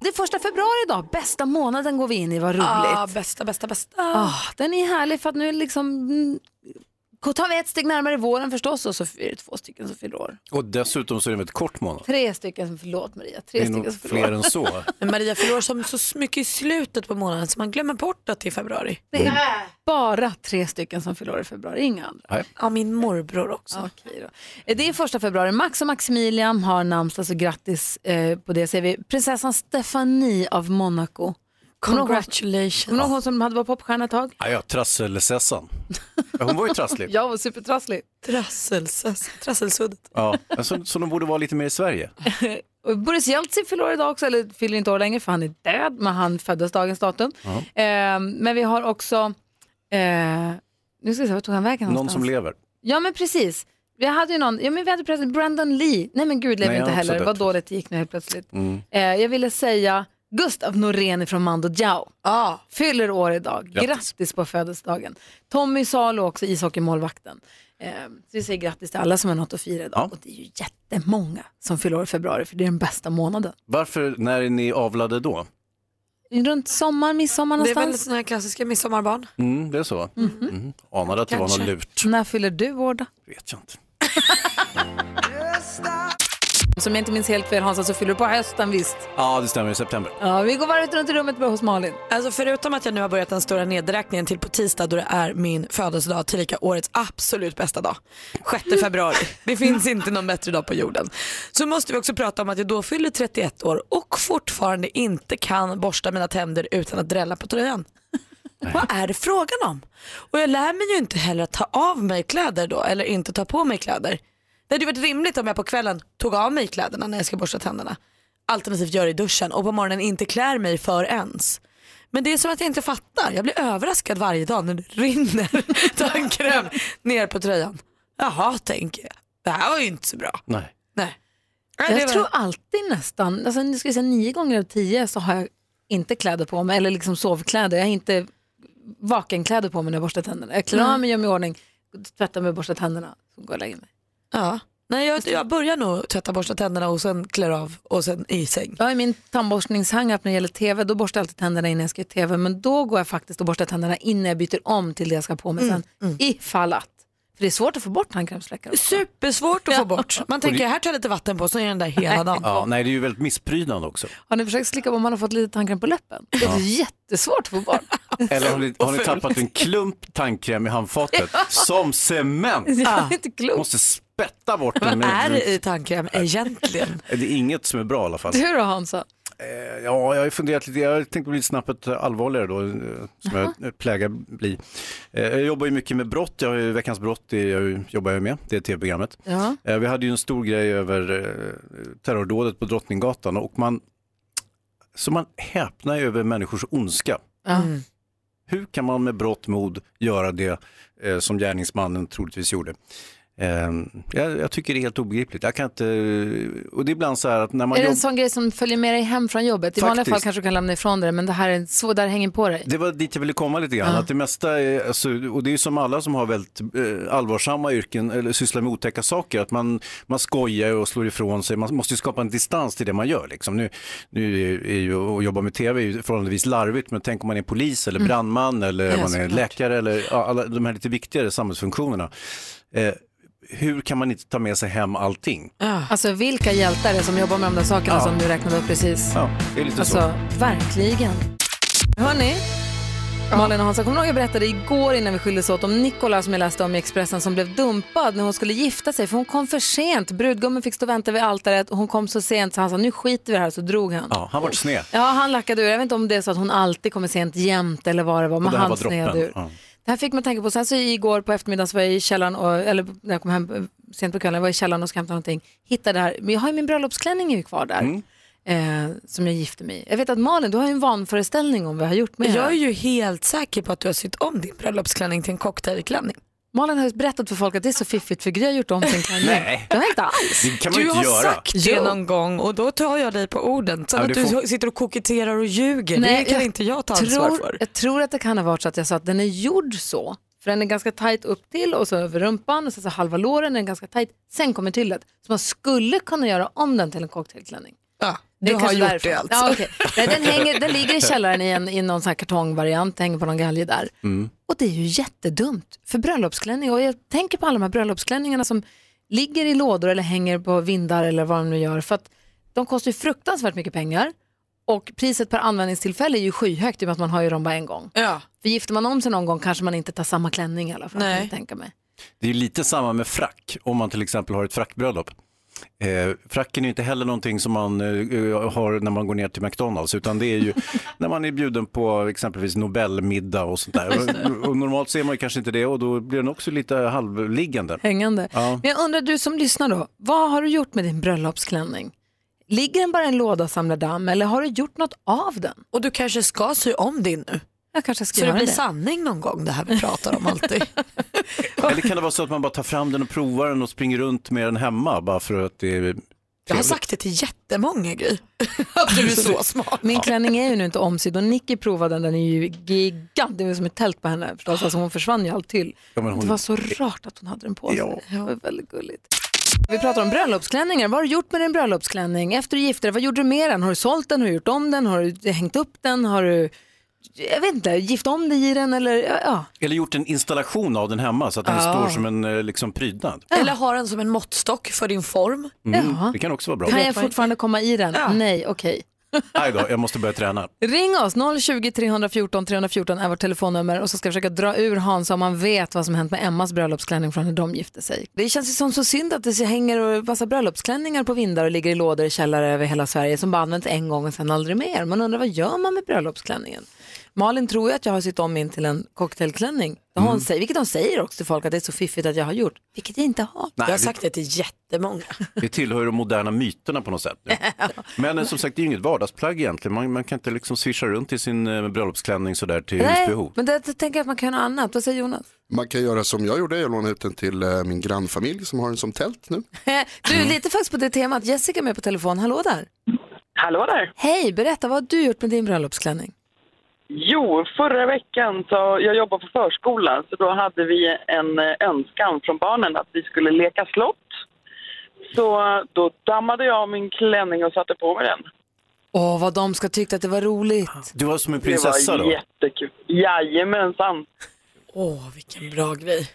Det är första februari idag, bästa månaden går vi in i, vad roligt. Ah, bästa, bästa, bästa. Ah, den är härlig för att nu liksom mm, tar vi ett steg närmare våren förstås och så är det två stycken som fyller år. Och dessutom så är det en väldigt kort månad. Tre stycken som förlåt Maria, Det tre är nog stycken som förlåt. fler än så. Men Maria förlorar som så mycket i slutet på månaden så man glömmer bort att det är februari. Det är bara tre stycken som fyller år i februari, inga andra. Ja, min morbror också. Okej då. Eh, Det är första februari. Max och Maximilian har namnsdag, så grattis eh, på det säger vi. Prinsessan Stephanie av Monaco. Kommer du ihåg- Kommer du ihåg Congratulations. hon som hade varit popstjärna ett tag? Ja, ja, trasselsessan. Ja, Hon var ju trasslig. Jag var supertrasslig. Trassels, trasselsuddet. Ja, men så, så de borde vara lite mer i Sverige. Och Boris Jeltsin fyller år idag också, eller fyller inte år längre för han är död, men han föddes dagens datum. Eh, men vi har också, eh, nu ska vi se, vart tog han vägen Någon som någonstans? lever. Ja men precis. Vi hade ju någon, ja men vi hade precis Brandon Lee, nej men gud lever Nej, inte han har heller, också dött. Mm. vad dåligt det gick nu helt plötsligt. Eh, jag ville säga Gustav Norén från Mando Diao. Ja, fyller år idag. Grattis, Grattis. på födelsedagen. Tommy Salo också, ishockeymålvakten. Eh, så vi säger grattis till alla som har något att fira idag. Ja. Och det är ju jättemånga som fyller år i februari för det är den bästa månaden. Varför, när är ni avlade då? Runt sommar, midsommar det är väl någonstans. sådana här klassiska midsommarbarn. Mm, det är så? Mhm. Mm. Anade att det var Kanske. något lurt. När fyller du år då? Vet jag inte. Som jag inte minns helt fel Hansa så fyller du på hösten visst. Ja, det stämmer. I september. Ja, vi går varvet runt i rummet bara hos Malin. Alltså förutom att jag nu har börjat den stora nedräkningen till på tisdag då det är min födelsedag, tillika årets absolut bästa dag. 6 februari. Det finns inte någon bättre dag på jorden. Så måste vi också prata om att jag då fyller 31 år och fortfarande inte kan borsta mina tänder utan att drälla på tröjan. Vad är det frågan om? Och jag lär mig ju inte heller att ta av mig kläder då eller inte ta på mig kläder. Det hade ju varit rimligt om jag på kvällen tog av mig kläderna när jag ska borsta tänderna. Alternativt gör det i duschen och på morgonen inte klär mig för ens. Men det är som att jag inte fattar. Jag blir överraskad varje dag när det rinner tandkräm ner på tröjan. Jaha, tänker jag. Det här var ju inte så bra. Nej. Nej. Nej, det Jag var- tror alltid nästan, alltså, nu ska jag säga nio gånger av tio så har jag inte kläder på mig, eller liksom sovkläder. Jag har inte vakenkläder på mig när jag borstar tänderna. Jag klär av mig, gör mig i ordning, tvättar mig och borstar tänderna, så går jag och lägger mig. ja. Nej, jag, jag börjar nog tvätta, borsta tänderna och sen klär av och sen i säng. Jag har ju min tandborstningshang-up när det gäller tv, då borstar jag alltid tänderna innan jag ska i tv, men då går jag faktiskt och borstar tänderna innan jag byter om till det jag ska ha på mig Mm, sen, ifall att. För det är svårt att få bort tandkrämsfläckar. också. Supersvårt att få bort. Man tänker, här tar jag lite vatten på, så är den där hela dagen. Ja, nej, det är ju väldigt missprydande också. Har ni försökt slicka på om man har fått lite tandkräm på läppen? Det är jättesvårt att få bort. Eller har ni, har ni tappat en klump tandkräm i handfatet? Som cement! Det Ah. är inte klokt. Måste spätta bort den. Vad är med- det i tandkräm egentligen? Det är inget som är bra i alla fall. Du då Hansa? Ja, jag har ju funderat lite. Jag tänkte bli snabbt allvarligare då, eh, som jag plägar bli. Eh, Jag jobbar ju mycket med brott. Jag har ju Veckans brott, det jag ju- jobbar jag med. Det är tv-programmet. Ja. Eh, Vi hade ju en stor grej över eh, terrordådet på Drottninggatan och man, så man häpnar ju över människors ondska. Ja. Hur kan man med brott mod göra det eh, som gärningsmannen troligtvis gjorde? Eh, jag, jag tycker det är helt obegripligt. Jag kan inte, och det är ibland så här att när man Är det jobbar... en sån grej som följer med dig hem från jobbet? I vanliga Faktiskt. fall kanske du kan lämna ifrån dig det, men det här är så, där hänger på dig. Det var dit jag ville komma lite grann. Att det mesta är, alltså, och det är ju som alla som har väldigt eh, allvarsamma yrken eller sysslar med otäcka saker, att man, man skojar och slår ifrån sig. Man måste ju skapa en distans till det man gör. Liksom. Nu, nu är, är ju att jobba med tv är ju förhållandevis larvigt, men tänk om man är polis eller brandman eller Mm. Ja, man är såklart. läkare eller ja, alla de här lite viktigare samhällsfunktionerna. Eh, hur kan man inte ta med sig hem allting? Alltså vilka hjältar är det som jobbar med de där sakerna Ja. som du räknade upp precis? Ja, det är lite så. Alltså, verkligen. Hörni, Malin och Hansa, kommer du ihåg jag berättade igår innan vi skildes åt om Nicola som jag läste om i Expressen som blev dumpad när hon skulle gifta sig för hon kom för sent. Brudgummen fick stå och vänta vid altaret och hon kom så sent så han sa nu skiter vi i det här så drog han. Ja, han vart sned. Ja, han lackade ur. Jag vet inte om det är så att hon alltid kommer sent jämt eller vad det var. Men det här han var droppen. sned ur. Ja. Det här fick man tänka på. Sen så igår på eftermiddagen så var jag i källaren, och, eller när jag kom hem eh, sent på kvällen, jag var i källaren och ska hämta någonting. Hittade det här, men jag har ju min bröllopsklänning ju kvar där. eh, som jag gifte mig i. Jag vet att Malin, du har ju en vanföreställning om vad jag har gjort med det Jag är här. ju helt säker på att du har sytt om din bröllopsklänning till en cocktailklänning. Malin har ju berättat för folk att det är så fiffigt för Gry har gjort om sin klänning. Nej. Det har jag inte alls. Det kan man Du ju inte har göra. sagt det Jo. någon gång och då tar jag dig på orden. Sen Ja, att det du får- sitter och koketterar och ljuger, det kan inte jag ta ansvar tror, för. jag tror att det kan ha varit så att jag sa att den är gjord så. För den är ganska tajt upp till och så över rumpan och så, så halva låren är ganska tajt. Sen kommer tyllet. Så man skulle kunna göra om den till en cocktailklänning. Ja, Det du är har kanske gjort därför. det alltså. Ja, okej. Nej, den, hänger, den ligger i källaren i, en, i någon sån här kartongvariant, hänger på någon galge där. Mm. Och det är ju jättedumt för bröllopsklänning. Och jag tänker på alla de här bröllopsklänningarna som ligger i lådor eller hänger på vindar eller vad de nu gör. För att de kostar ju fruktansvärt mycket pengar. Och priset per användningstillfälle är ju skyhögt i och med att man har ju dem bara en gång. Ja. För gifter man om sig någon gång kanske man inte tar samma klänning i alla fall. Nej. kan jag Tänka mig. Det är lite samma med frack, om man till exempel har ett frackbröllop. Eh, fracken är ju inte heller någonting som man eh, har när man går ner till McDonalds, utan det är ju när man är bjuden på exempelvis Nobelmiddag och sånt där. Och, och normalt ser man ju kanske inte det och då blir den också lite halvliggande. hängande. Ja. Men jag undrar du som lyssnar då, vad har du gjort med din bröllopsklänning? Ligger den bara i en låda och samlar damm eller har du gjort något av den? Och du kanske ska sy om din nu. Jag kanske ska Så det göra blir det. sanning någon gång det här vi pratar om alltid. Eller kan det vara så att man bara tar fram den och provar den och springer runt med den hemma bara för att det är... Jag har sagt det till jättemånga Gry. Att du är så smart. Min klänning är ju nu inte omsydd och Nicky provade den, den är ju gigant, det var som ett tält på henne förstås, alltså hon försvann ju allt till. Ja, men hon- Det var så rart att hon hade den på sig, det var väldigt gulligt. Vi pratar om bröllopsklänningar, vad har du gjort med din bröllopsklänning? Efter du gifte dig, vad gjorde du med den? Har du sålt den, har du gjort om den, har du hängt upp den, har du, jag vet inte, gift om dig i den eller ja. ja. Eller gjort en installation av den hemma så att den står som en eh, liksom, prydnad. Eller har den som en måttstock för din form. Mm, Jaha. det kan också vara bra. Kan vet jag man fortfarande komma i den? Nej, okej. Nej då, jag måste börja träna. Ring oss, 020-314 314 är vårt telefonnummer och så ska jag försöka dra ur Hans om han vet vad som hänt med Emmas bröllopsklänning från när de gifte sig. Det känns ju som så synd att det så hänger och massa bröllopsklänningar på vindar och ligger i lådor i källare över hela Sverige som bara används en gång och sen aldrig mer. Man undrar vad gör man med bröllopsklänningen? Malin tror ju att jag har sytt om min till en cocktailklänning, Det har hon säger, vilket hon säger också till folk att det är så fiffigt att jag har gjort, vilket jag inte har. Jag har vi- sagt det till jättemånga. Det tillhör de moderna myterna på något sätt. Nu. Men eh, som sagt, det är ju inget vardagsplagg egentligen. Man, man kan inte liksom swisha runt i sin eh, bröllopsklänning sådär till Nej, husbehov. men det, det tänker jag att man kan göra annat. Vad säger Jonas? Man kan göra som jag gjorde, jag lånade ut den till eh, min grannfamilj som har den som tält nu. Eh, Du, lite faktiskt på det temat. Jessica är med på telefon. Hallå där. Hallå där! Hej, berätta vad har du gjort med din bröllopsklänning? Jo, förra veckan så, jag jobbar på förskolan, så då hade vi en eh, önskan från barnen att vi skulle leka slott. Så eh, då dammade jag av min klänning och satte på mig den. Åh, vad de ska tycka att det var roligt. Du var som en prinsessa det då? var jättekul. Jajamensan! Åh, vilken bra grej.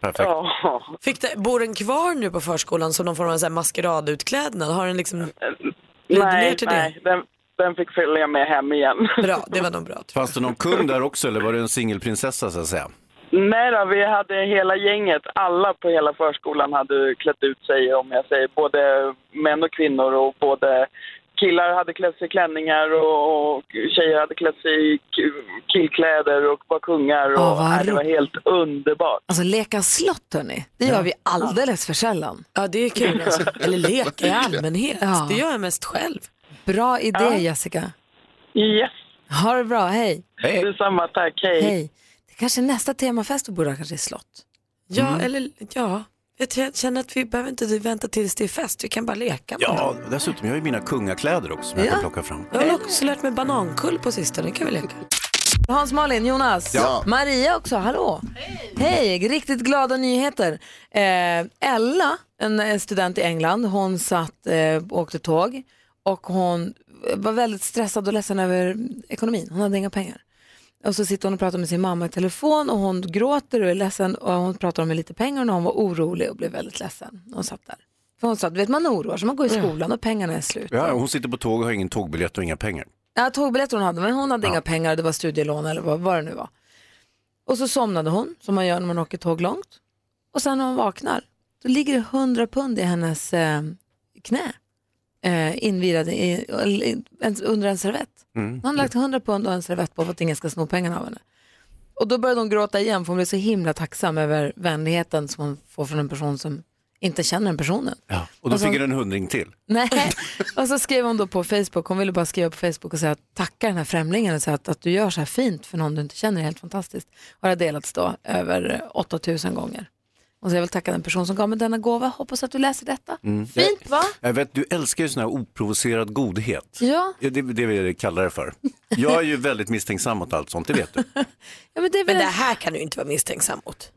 Perfekt. Ja. Fick det, bor den kvar nu på förskolan som någon form av så här maskeradutklädnad? Har den liksom... Lite mer Nej, till nej, den, den fick följa med hem igen. Bra, det var nog bra. Fanns det någon kung där också eller var det en singelprinsessa så att säga? nej då, vi hade hela gänget, alla på hela förskolan hade klätt ut sig om jag säger, både män och kvinnor och både killar hade klätt sig i klänningar och, och tjejer hade klätt sig i k- killkläder och var kungar och Åh, vad nej, det var helt underbart. Alltså leka slott hörni, det gör vi alldeles för sällan. Ja, det är kul alltså. Eller leka i allmänhet. Det gör jag mest själv. Bra idé Jessica. Yes, Ha det bra, hej. detsamma, tack, Hej. Det kanske är nästa temafest vi borde ha kanske är slott. Ja, eller ja. Jag t- jag känner att vi behöver inte vänta tills det är fest. Vi kan bara leka. med Ja, dessutom, jag har ju mina kungakläder också som jag kan plocka fram. den. Jag har också lärt mig banankull på sistone. kan vi leka. Hans Malin, Jonas, Ja. Maria också, hallå. Hej. riktigt glada nyheter. Eh, Ella, en eh, student i England, hon satt, eh, åkte tåg och hon eh, var väldigt stressad och ledsen över ekonomin. Hon hade inga pengar. Och så sitter hon och pratar med sin mamma i telefon och hon gråter och är ledsen och hon pratar om med lite pengar och hon var orolig och blev väldigt ledsen. Hon satt där. För hon sa, du vet man oroar sig, man går i skolan och pengarna är slut. Ja, hon sitter på tåg och har ingen tågbiljett och inga pengar. Ja, tågbiljetter hon hade, men hon hade inga pengar, det var studielån eller vad, vad det nu var. Och så somnade hon, som man gör när man åker tåg långt. Och sen när hon vaknar, då ligger det 100 pund i hennes eh, knä. Eh, invirade i, i- en- under en servett. Hon har lagt 100 pund och en servett på för att ingen ska sno pengarna av henne. Och då började hon gråta igen för hon blev så himla tacksam över vänligheten som hon får från en person som inte känner den personen. Ja. Och då Och så- fick du en hundring till. Nej. Och så skrev hon då på Facebook, hon ville bara skriva på Facebook och säga tacka den här främlingen och säga att, att du gör så här fint för någon du inte känner är helt fantastiskt. Och det har delats då över 8000 gånger. Och så jag vill tacka den person som gav mig denna gåva, hoppas att du läser detta. Fint va? Jag vet, du älskar ju sån här oprovocerad godhet. Ja, Ja, Det, det vill jag kalla det för. Jag är ju väldigt misstänksam mot allt sånt, det vet du. ja men det är väl Men det här kan du inte vara misstänksam mot.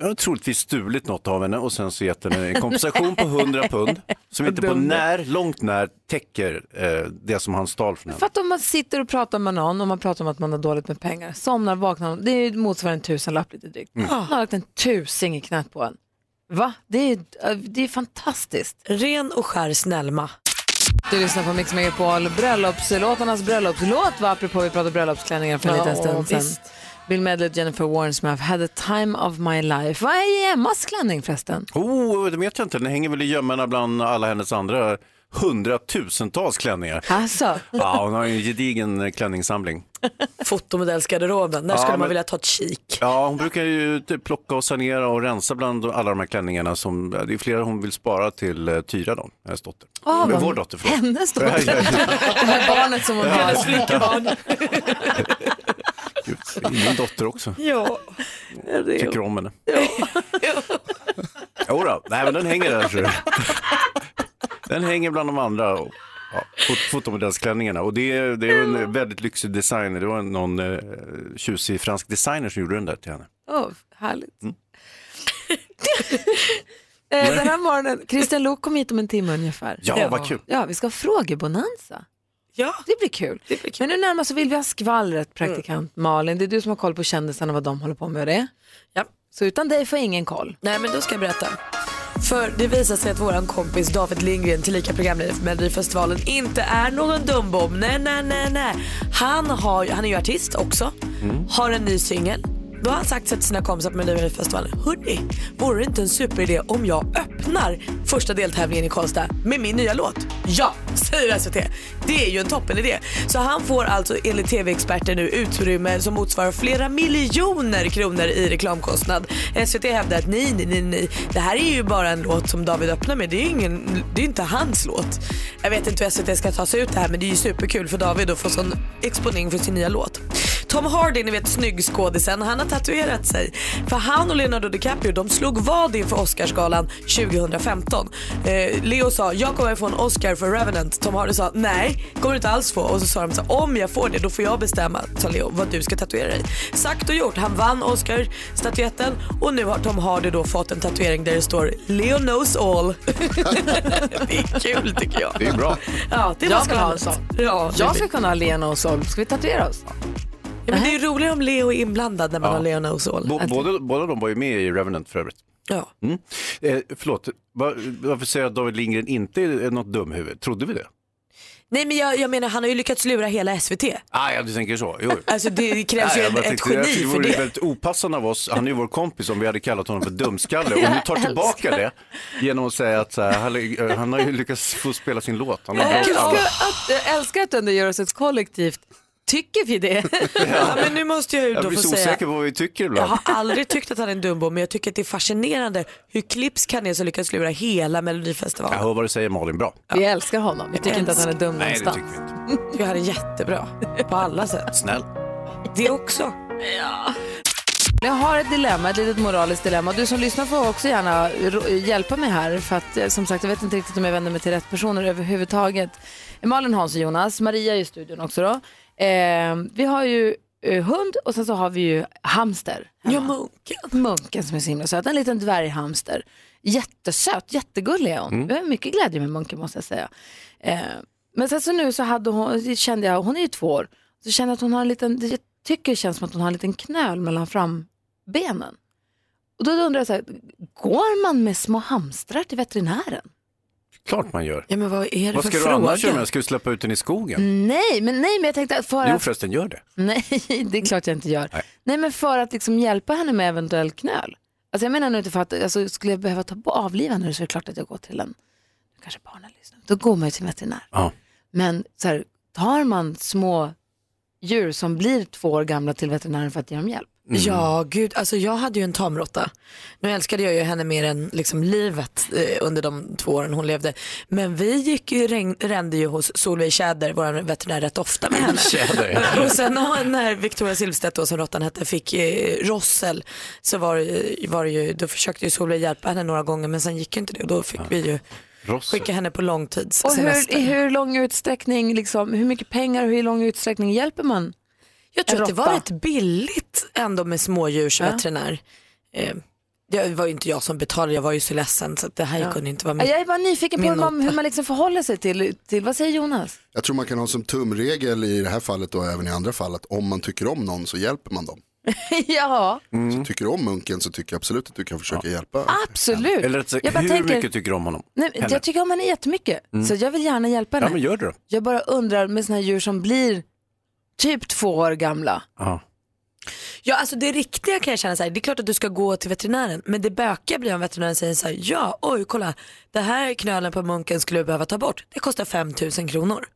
Jag har troligtvis stulit något av henne och sen så gett henne en kompensation på 100 pund som inte på när, långt när täcker eh, det som han stal från henne. För att om man sitter och pratar med någon och man pratar om att man har dåligt med pengar, somnar, vaknar, det är ju motsvarande en tusenlapp lite drygt. Man har lagt en tusing i knät på en. Va? Det är, det är fantastiskt. Ren och skär snällma. Du lyssnar på Mix Megapol, bröllopslåtarnas bröllopslåt var apropå vi pratade bröllopsklänningar för en liten stund sedan. Bill Medley och Jennifer Warnes med I've had the time of my life. Vad är Emmas klänning förresten? Oh, det vet jag inte, den hänger väl i gömmorna bland alla hennes andra hundratusentals klänningar. Alltså, Ja, hon har ju en gedigen klänningssamling. Fotomodellsgarderoben, där Ja, skulle man men- vilja ta ett kik. Ja, hon brukar ju typ plocka och sanera och rensa bland alla de här klänningarna. Som, det är flera hon vill spara till eh, Tyra, då, hennes dotter. Ah, Men vad- Vår dotter, förlåt. hennes dotter. Det här barnet som hon har. alltså, Gud, Min dotter också. Ja. Tycker om henne. Jodå, nej men den hänger där tror jag. Den hänger bland de andra och, ja, fot- fotomodellsklänningarna. Och det, är- det är en väldigt lyxig designer. Det var någon eh, tjusig fransk designer som gjorde den där till henne. Åh, härligt. Mm. Eh, Den här morgonen, Christian Lok kom hit om en timme ungefär. Ja, vad kul. Ja, vi ska ha frågebonanza. Ja. Det blir kul. Men nu närmast så vill vi ha skvallret, praktikant Malin. Det är du som har koll på kändisarna, vad de håller på med och det. Ja. Så utan dig får jag ingen koll. Nej men då ska jag berätta. För det visar sig att våran kompis David Lindgren, tillika programledare för Melodifestivalen, inte är någon dumbom. Nej, nej, nej, nej. Han, har, han är ju artist också, har en ny singel. Då har han sagt till sina kompisar på Melodifestivalen, hörni, vore det inte en superidé om jag öppnar första deltävlingen i Karlstad med min nya låt? Ja, säger SVT. Det är ju en toppenidé. Så han får alltså enligt TV-experter nu utrymme som motsvarar flera miljoner kronor i reklamkostnad. SVT hävdar att nej, nej, nej, nej. Det här är ju bara en låt som David öppnar med. Det är ju ingen, det är ju inte hans låt. Jag vet inte hur SVT ska ta sig ut det här men det är ju superkul för David att få sån exponering för sin nya låt. Tom Hardy, ni vet snyggskådisen, han har tatuerat sig. För han och Leonardo DiCaprio de slog vad inför Oscarsgalan 2015. Eh, Leo sa jag kommer få en Oscar för Revenant. Tom Hardy sa nej, kommer du inte alls få. Och så sa de så här, om jag får det då får jag bestämma, sa Leo, vad du ska tatuera dig. Sagt och gjort, han vann Oscarsstatyetten och nu har Tom Hardy då fått en tatuering där det står Leo knows all. det är kul tycker jag. Det är bra. Ja, det är Jag vad som vill ha har en hänt. sån. Ja, Jag ska kunna ha Lena och Sol. Ska vi tatuera oss? Ja, men det är ju roligare om Leo är inblandad när man Ja. har Leo knows all. Bo- Båda, båda de var ju med i Revenant för övrigt. Ja. Mm. Eh, förlåt, Va, varför säger jag att David Lindgren inte är något dumhuvud? Trodde vi det? Nej men jag, jag menar han har ju lyckats lura hela SVT. Ah, ja, du tänker så. Jo. Alltså det krävs ju Nej, jag en, bara ett tänkte, jag geni tyckte för Det vore det. väldigt opassande av oss, han är ju vår kompis, om vi hade kallat honom för dumskalle. Och nu tar tillbaka det genom att säga att så här, han- han har ju lyckats få spela sin låt. Han har Jag bra- älskar att, jag älskar att du ändå gör oss ett kollektivt. Tycker vi det? Ja, men nu måste jag ju jag då blir få så säga. osäker på vad vi tycker Jag ibland. har aldrig tyckt att han är en dumbo men jag tycker att det är fascinerande hur klipps kan är som lyckats lura hela Jag melodifestivalen. hör vad du säger Malin, bra. Vi älskar honom. Vi tycker inte att han är dum Nej, det någonstans. tycker vi inte. Jag tycker han är jättebra på alla sätt. Snäll. Det också. Jag har ett dilemma, ett litet moraliskt dilemma. Du som lyssnar får också gärna ro- hjälpa mig här. För att eh, som sagt, jag vet inte riktigt om jag vänder mig till rätt personer överhuvudtaget. Malin, Hans och Jonas, Maria är i studion också då. Eh, vi har ju eh, hund och sen så har vi ju hamster. hemma. Ja munken. Munken som är så himla söt, en liten dvärghamster. Jättesöt, jättegullig är hon. Mm. Jag har mycket glädje med Munken måste jag säga. Eh, men sen så nu så hade hon, kände jag, hon är ju två år, så kände jag att hon har en liten, jag tycker det känns som att hon har en liten knöl mellan frambenen. Och då undrar jag så här, går man med små hamstrar till veterinären? Klart man gör. Ja men vad är det Vad för ska du fråga? Mm, annars göra med den? Ska du släppa ut den i skogen? Nej, men nej, men jag tänkte att för Jo att, förresten, gör det. nej, det är klart jag inte gör. Nej, Nej. men för att liksom hjälpa henne med eventuell knöl. Alltså jag menar nu inte för att, alltså, skulle jag behöva ta på avliva henne så är det klart att jag går till en, nu kanske barnen lyssnar, då går man ju till veterinär. Ja. Men så här, tar man små djur som blir två år gamla till veterinären för att ge dem hjälp? Ja, gud. Alltså, jag hade ju en tamråtta. Nu älskade jag ju henne mer än liksom, livet eh, under de två åren hon levde. Men vi gick ju, regn, rände ju hos Solveig Tjäder, vår veterinär, rätt ofta med henne. Tjäder, Och sen när- när Victoria Silvstedt då, som råttan hette fick eh, rossel så var, det- var det ju, då försökte ju Solveig hjälpa henne några gånger men sen gick ju inte det och då fick vi ju Rossel. skicka henne på Och hur, långtidssemester. i hur lång utsträckning, liksom, hur mycket pengar och hur lång utsträckning hjälper man? Jag tror En att det var råtta. rätt billigt ändå med smådjursveterinär. Eh, det var ju inte jag som betalade, jag var ju så ledsen så att det här kunde inte vara Ja, mitt. Jag är bara nyfiken på Min hur man, nota. hur man liksom förhåller sig till, till, vad säger Jonas? Jag tror man kan ha som tumregel i det här fallet och även i andra fall att om man tycker om någon så hjälper man dem. ja, Så tycker du om munken så tycker jag absolut att du kan försöka hjälpa. absolut. Eller rätt sagt, jag bara hur tänker, mycket tycker du om honom? nej, men Henne? jag tycker om henne jättemycket, så jag vill gärna hjälpa henne. Ja, men gör det då. Jag bara undrar med såna här djur som blir typ två år gamla. Ja. Ja, alltså det riktiga kan jag känna så här, det är klart att du ska gå till veterinären, men det bökiga blir om veterinären säger så här, ja, oj, kolla, det här knölen på munken skulle du behöva ta bort, det kostar 5 000 kronor.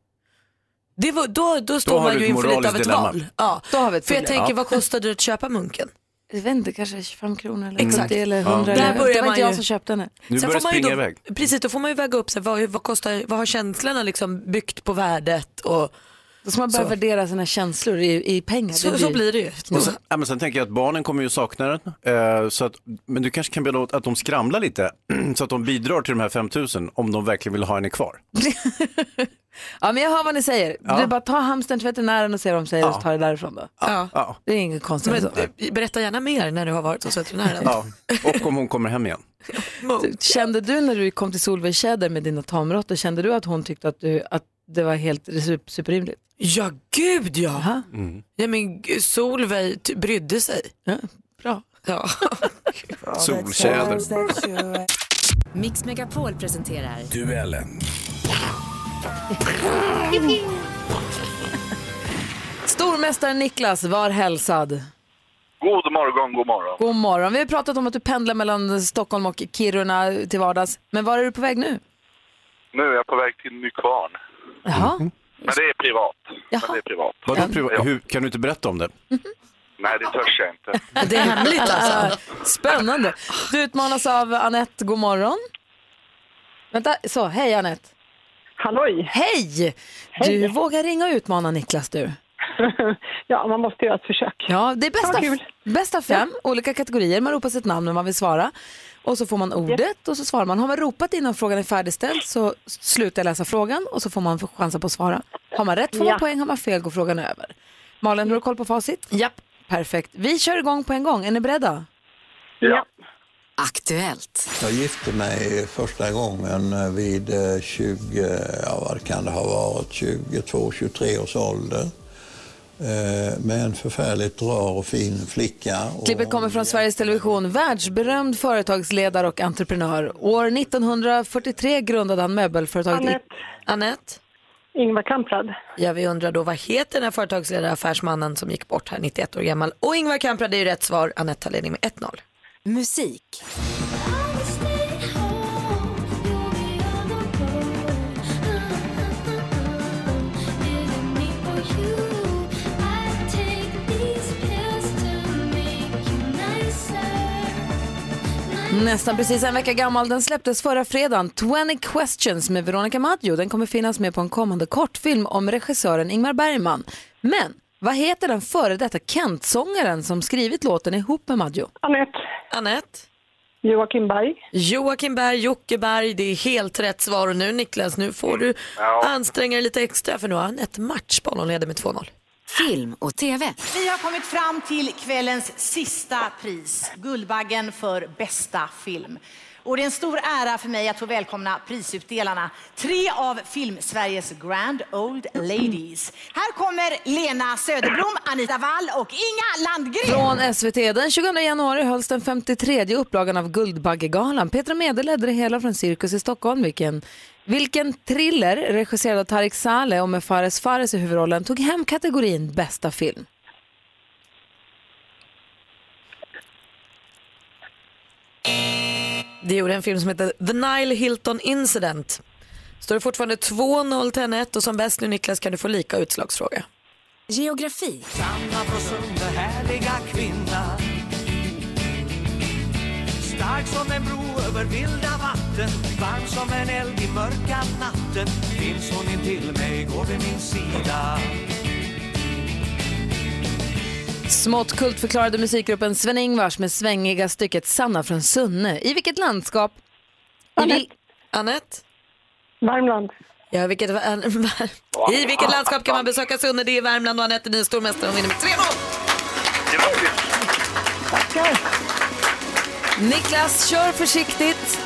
Det var, då, då står har man du ju ett inför lite av moraliskt ett dilemma. val. Ja. Då har vi ett För jag problem. tänker, vad kostade det att köpa munken? Jag vet inte, kanske 25 kronor eller Exakt. 70 eller 100. Där Eller, börjar det var man inte jag ju. som köpte henne. Nu Sen börjar får man ju springa då, iväg. Precis, då får man ju väga upp, så här, vad, vad, kostar, vad har känslorna liksom byggt på värdet? Och, Då ska man börja Så. värdera sina känslor i, i pengar. så, så blir det ju. Och sen, ja, men sen tänker jag att barnen kommer ju sakna den. Eh, så att, men du kanske kan be dem att de skramlar lite så att de bidrar till de här 5000 om de verkligen vill ha henne kvar. Ja, men jag hör vad ni säger. Du bara ta hamstern till veterinären och se vad de säger och så ta det därifrån då. Ja. Ja. Det är inget konstigt alltså. med Men, så. eh, berätta gärna mer när du har varit hos veterinären. Ja. Och om hon kommer hem igen. Munk. Kände du när du kom till Solveig Tjäder med dina tamråttor, kände du att hon tyckte att, du, att det var helt super- superrimligt? Ja, gud ja. ja men, g- Solveig ty- brydde sig. Ja, bra. Ja. Soltjäder. Mix Megapol presenterar Duellen. Stormästare Niklas, var hälsad. God morgon, god morgon. God morgon. Vi har pratat om att du pendlar mellan Stockholm och Kiruna till vardags. Men var är du på väg nu? Nu är jag på väg till Nykvarn. Jaha. Men det är privat. Jaha. Men det är privat. Vadå, priva- hur, kan du inte berätta om det? Nej, det törs jag inte. Det är hemligt alltså. Spännande. Du utmanas av Anette. God morgon. Vänta, så. Hej Anette. Halloj! Hej! Du vågar ringa och utmana Niklas du. ja, man måste göra ett försök. Ja, det är bästa, Ja, kul. bästa fem olika kategorier. Man ropar sitt namn när man vill svara. Och så får man ordet och så svarar man. Har man ropat innan frågan är färdigställd så slutar jag läsa frågan och så får man chansen på att svara. Har man rätt får man Ja. poäng, har man fel går frågan över. Malin, har du koll på facit? Japp. Perfekt. Vi kör igång på en gång. Är ni beredda? Ja. Aktuellt. Jag gifte mig första gången vid eh, 20, ja vad kan det ha varit, 22-23 års ålder. Eh, Med en förfärligt rar och fin flicka. Och Klippet kommer från Sveriges Television. Världsberömd företagsledare och entreprenör. År 1943 grundade han möbelföretaget... Mm. I- Anette Anette, Ingvar Kamprad. ja, vi undrar då vad heter den här företagsledare affärsmannen som gick bort här 91 år gammal? Och Ingvar Kamprad det är ju rätt svar. Anette tar ledning med 1-0. Musik. Nästan precis en vecka gammal. Den släpptes förra fredagen. 20 questions med Veronica Maggio. Den kommer finnas med på en kommande kortfilm om regissören Ingmar Bergman. Men vad heter den före detta Kent-sångaren som skrivit låten ihop med Maggio? Anette Anette, Joakim Berg. Joakim Berg, Jocke Berg, det är helt rätt svar. Och nu Niklas, nu får du anstränga dig lite extra för nu har Anette matchboll. Hon leder med 2-0. Film och TV. Vi har kommit fram till kvällens sista pris, Guldbaggen för bästa film. Och det är en stor ära för mig att få välkomna prisutdelarna. Tre av Filmsveriges Grand Old Ladies. Här kommer Lena Söderblom, Anita Wall och Inga Landgren. Från SVT. Den 20 januari hölls den 53 upplagan av Guldbaggegalan. Petra Mede ledde det hela från Cirkus i Stockholm. Vilken, vilken thriller, regisserad av Tarik Saleh och med Fares Fares i huvudrollen, tog hem kategorin bästa film? Det gjorde en film som heter The Nile Hilton Incident. Står det fortfarande 2-0 till Anette och som bäst nu Niklas kan du få lika utslagsfråga. Geografi. Sanna Brosunder, härliga kvinna Stark som en bro över vilda vatten Varm som en eld i mörka natten Finns hon in till mig går vid min sida Smått kultförklarade musikgruppen Sven-Ingvars med svängiga stycket Sanna från Sunne. I vilket landskap? Anette. Anette? Värmland. Ja, vilket, I vilket landskap kan man besöka Sunne? Det är Värmland och Anette, ni är stormästare. Hon vinner med 3-0. Tackar. Niklas, kör försiktigt.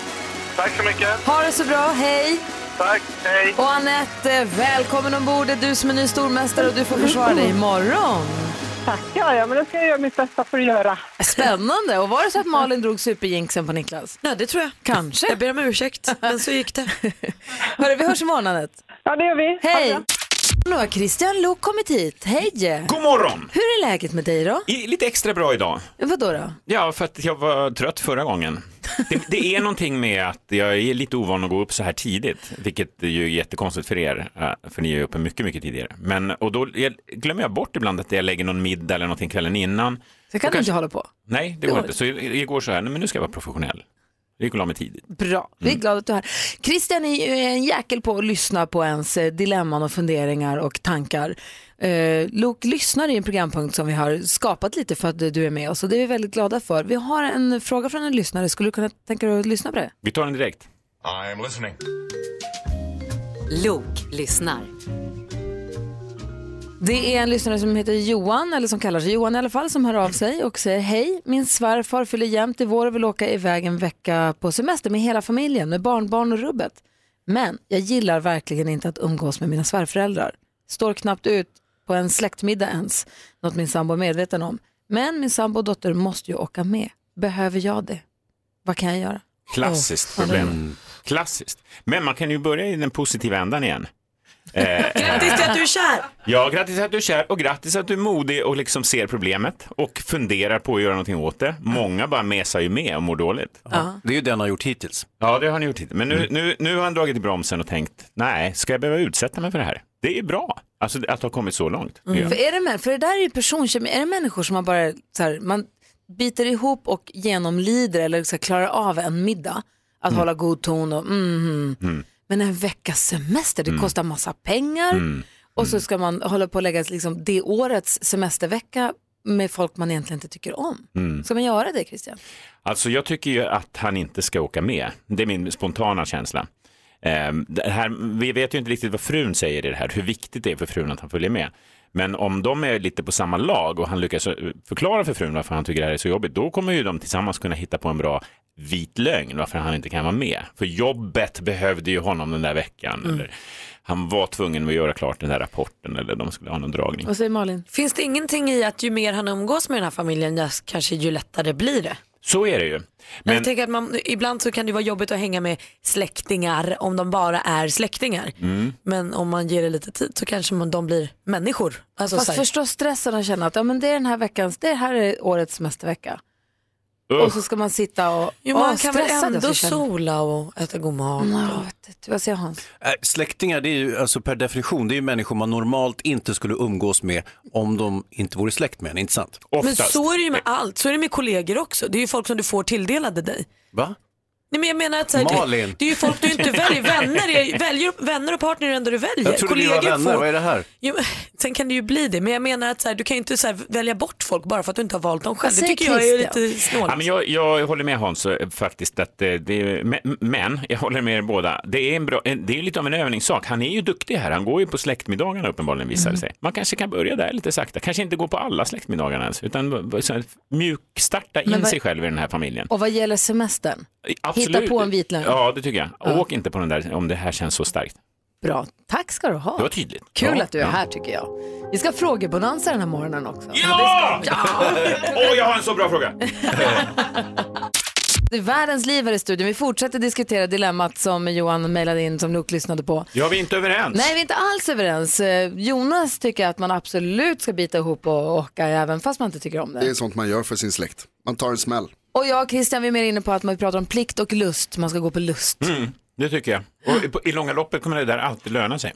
Tack så mycket. Ha det så bra, hej! Tack, hej. Och Anette, välkommen ombord. Det är du som är ny stormästare och du får försvara dig imorgon. Tackar, ja men det ska jag göra mitt bästa för att göra. Spännande. Och var det så att Malin drog superjinxen på Niklas? Ja, det tror jag. Kanske. Jag ber om ursäkt, men så gick det. Hörru, vi hörs imorgon, Anette. Ja, det gör vi. Hej! Nu har Christian Lok kommit hit. Hej! God morgon! Hur är läget med dig då? I- Lite extra bra idag. Vadå då? Ja, för att jag var trött förra gången. Det, det är någonting med att jag är lite ovan att gå upp så här tidigt, vilket är ju jättekonstigt för er, eh, för ni är ju uppe mycket, mycket tidigare. Men, och då jag, glömmer jag bort ibland att jag lägger någon middag eller någonting kvällen innan. Så kan du inte hålla på. Nej, det går inte. Så jag, jag går så här, nej men nu ska jag vara professionell. Jag gick och la mig tidigt. Mm. Bra, vi är glada att du är här. Christian är ju en jäkel på att lyssna på ens eh, dilemman och funderingar och tankar. Eh, Lok lyssnar är en programpunkt som vi har skapat lite för att du är med oss och det är vi väldigt glada för. Vi har en fråga från en lyssnare, skulle du kunna tänka dig att lyssna på det? Vi tar den direkt. I'm listening. Lok lyssnar. Det är en lyssnare som heter Johan, eller som kallar sig Johan i alla fall, som hör av sig och säger hej, min svärfar fyller jämt i vår och vill åka iväg en vecka på semester med hela familjen, med barnbarn och rubbet. Men jag gillar verkligen inte att umgås med mina svärföräldrar. Står knappt ut på en släktmiddag ens, något min sambo är medveten om. Men min sambo och dotter måste ju åka med. Behöver jag det? Vad kan jag göra? Klassiskt Åh, problem. herregud. Klassiskt. Men man kan ju börja i den positiva ändan igen. Eh, Grattis till att du är kär! Ja, grattis att du är kär och grattis att du är modig och liksom ser problemet och funderar på att göra någonting åt det. Många bara mesar ju med och mår dåligt. Ja. Det är ju det han har gjort hittills. Ja, det har han gjort hittills. Men nu, nu, nu har han dragit i bromsen och tänkt, nej, ska jag behöva utsätta mig för det här? Det är ju bra, alltså att ha kommit så långt. Ja. För, är det, män- för det där är ju personkemi, är det människor som man bara så här, man biter ihop och genomlider eller så här, klarar av en middag, att hålla god ton och mhm. Mm. Men en veckas semester, det kostar massa pengar och så ska man hålla på och lägga liksom, det årets semestervecka med folk man egentligen inte tycker om. Mm. Ska man göra det Christian? Alltså jag tycker ju att han inte ska åka med. Det är min spontana känsla. Ehm, Det här, vi vet ju inte riktigt vad frun säger i det här, hur viktigt det är för frun att han följer med. Men om de är lite på samma lag och han lyckas eh, förklara för frun varför han tycker det här är så jobbigt, då kommer ju de tillsammans kunna hitta på en bra vit lögn varför han inte kan vara med. För jobbet behövde ju honom den där veckan. Mm. Eller han var tvungen att göra klart den där rapporten eller de skulle ha någon dragning. Vad säger Malin? Finns det ingenting i att ju mer han umgås med den här familjen, ja, kanske ju lättare blir det? Så är det ju. Men... Jag tänker att man, ibland så kan det vara jobbigt att hänga med släktingar om de bara är släktingar. Mm. Men om man ger det lite tid så kanske man, de blir människor. Alltså, så Fast här, förstå stressen att känna att ja, men det är den här veckans, det här är årets semestervecka. Och så ska man sitta och... jo, man Åh, kan väl stressad ändå jag känner. Mm, sola och äta god mat. Ja, vet du, Vad säger Hans? Eh, Släktingar, det är ju alltså per definition, det är ju människor man normalt inte skulle umgås med om de inte vore släkt med en, inte sant? Men så är det ju med allt, så är det med kollegor också. Det är ju folk som du får tilldelade dig. Va? Nej, men jag menar att så här, Malin. Det, det är ju folk du inte väljer. Vänner, är, väljer, vänner och partner är det enda du väljer. Jag trodde vi var vänner, vad är det här? Jo, men, sen kan det ju bli det, men jag menar att så här, du kan ju inte så här, välja bort folk bara för att du inte har valt dem själv. Det säger tycker jag är Alltså, Christian? lite snålt. Ja, men jag, jag håller med Hans eh, faktiskt, att eh, det är, men- men jag håller med er båda. Det är, en bra, eh, det är lite av en övningssak. Han är ju duktig här, han går ju på släktmiddagarna uppenbarligen visar det sig. Man kanske kan börja där lite sakta, kanske inte gå på alla släktmiddagarna ens, utan b- b- så här mjukstarta in Men vad- sig själv i den här familjen. Och vad gäller semestern? Absolut. Hitta på en vitlök. Ja, det tycker jag. Åk inte på den där om det här känns så starkt. Bra, tack ska du ha. Det var tydligt. Kul Ja, att du är ja. här tycker jag. Vi ska ha frågebonanza den här morgonen också. Ja! Åh, jag har en så bra fråga. Det är världens liv här i studion. Vi fortsätter diskutera dilemmat som Johan mejlade in som Luke lyssnade på. Ja, vi är inte överens. Nej, vi är inte alls överens. Eh, Jonas tycker att man absolut ska bita ihop och åka även fast man inte tycker om Det är det. sånt man gör för sin släkt. Man tar en smäll. Och jag och Christian, vi är mer inne på att man pratar om plikt och lust. Man ska gå på lust. Mm, det tycker jag. Och i- på- i långa loppet kommer det där alltid löna sig.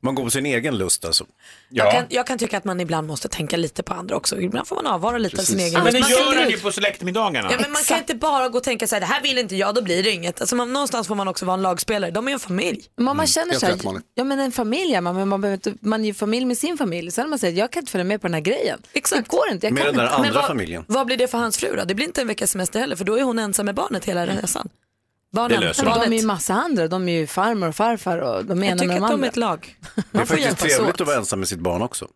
Man går på sin egen lust alltså. Jag, kan, jag kan tycka att man ibland måste tänka lite på andra också. Ibland får man avvara lite av sin egen Ja, men det lust. Man gör kan- han ju på släktmiddagarna. Ja, men man kan inte bara gå och tänka så här, det här vill inte jag, då blir det inget. Alltså, man, någonstans får man också vara en lagspelare. De är ju en familj. Man, Mm. man känner så här, ja men en familj är man, men man, behöver inte, man är ju familj med sin familj. Sen när man säger jag kan inte följa med på den här grejen. Exakt. Det går inte, jag Med kan den där inte. andra vad- familjen. Vad blir det för hans fru då? Det blir inte en veckas semester heller för då är hon ensam med barnet hela resan. Barnen, Det löser Men barnet. de är ju massa andra, de är ju farmor och farfar och de är Jag ena tycker med de att de är andra. ett lag. Det är Man får faktiskt hjälpas trevligt åt. att vara ensam med sitt barn också.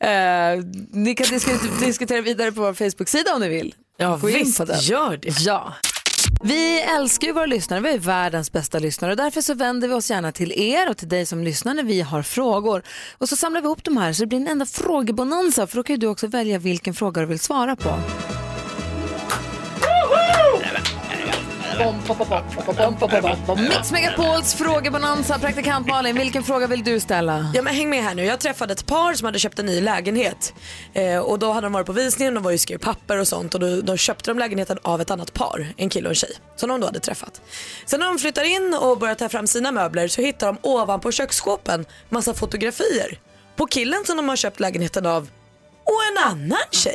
Eh, ni kan disk- diskutera vidare på vår Facebook-sida om ni vill. Ja, Gå in visst, på den. gör det. Ja. Vi älskar ju våra lyssnare, vi är världens bästa lyssnare och därför så vänder vi oss gärna till er och till dig som lyssnar när vi har frågor. Och så samlar vi ihop de här så det blir en enda frågebonanza för då kan ju du också välja vilken fråga du vill svara på. Mix Megapols frågebonanza, praktikant Malin, vilken fråga vill du ställa? Ja men häng med här nu. Jag träffade ett par som hade köpt en ny lägenhet. Eh, och då hade de varit på visningen, de var ju skrev papper och sånt och då, då köpte de lägenheten av ett annat par, en kille och en tjej, som de då hade träffat. Sen när de flyttar in och börjar ta fram sina möbler så hittar de ovanpå köksskåpen massa fotografier på killen som de har köpt lägenheten av och en annan tjej.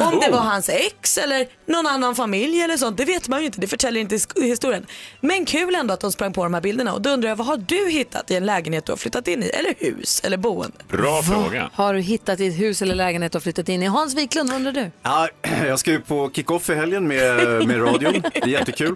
Om Oh. det var hans ex eller någon annan familj eller sånt, det vet man ju inte. Det förtäljer inte sk- historien. Men kul ändå att de sprang på de här bilderna och då undrar jag vad har du hittat i en lägenhet du har flyttat in i? Eller hus eller boende? Bra fråga. Har du hittat ditt hus eller lägenhet och flyttat in i? Hans Wiklund, vad undrar du? Ja, jag ska ju på kick-off i helgen med, med radion. Det är jättekul.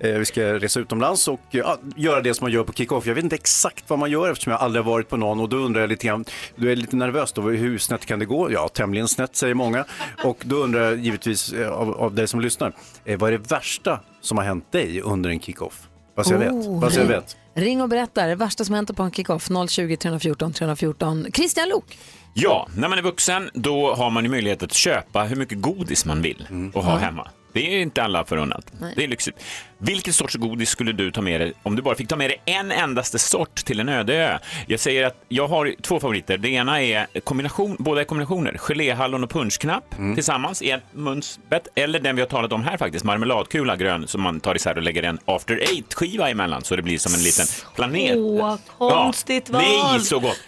Eh, Vi ska resa utomlands och ja, göra det som man gör på kick-off. Jag vet inte exakt vad man gör eftersom jag aldrig har varit på någon och då undrar jag lite grann, du är lite nervös då, hur snett kan det gå? Ja, tämligen snett säger många. Och då undrar jag givetvis eh, av, av dig som lyssnar, eh, vad är det värsta som har hänt dig under en kick-off? Vad så jag vet. Oh. Vad så jag vet. Ring och berätta det värsta som hänt på en kickoff 020 314 314. Christian Lok. Ja, när man är vuxen då har man ju möjlighet att köpa hur mycket godis man vill och ha Ja. hemma. Det är inte alla förunnat. Nej. Det är lyxigt. Vilken sorts godis skulle du ta med dig om du bara fick ta med dig en endaste sort till en öde ö? Jag säger att jag har två favoriter. Det ena är kombination, båda är kombinationer. Geléhallon och punschknapp tillsammans i ett munsbett. Eller den vi har talat om här faktiskt, marmeladkula grön som man tar isär och lägger en after eight-skiva emellan så det blir som en liten planet. Åh, Ja. konstigt val. Nej, så gott.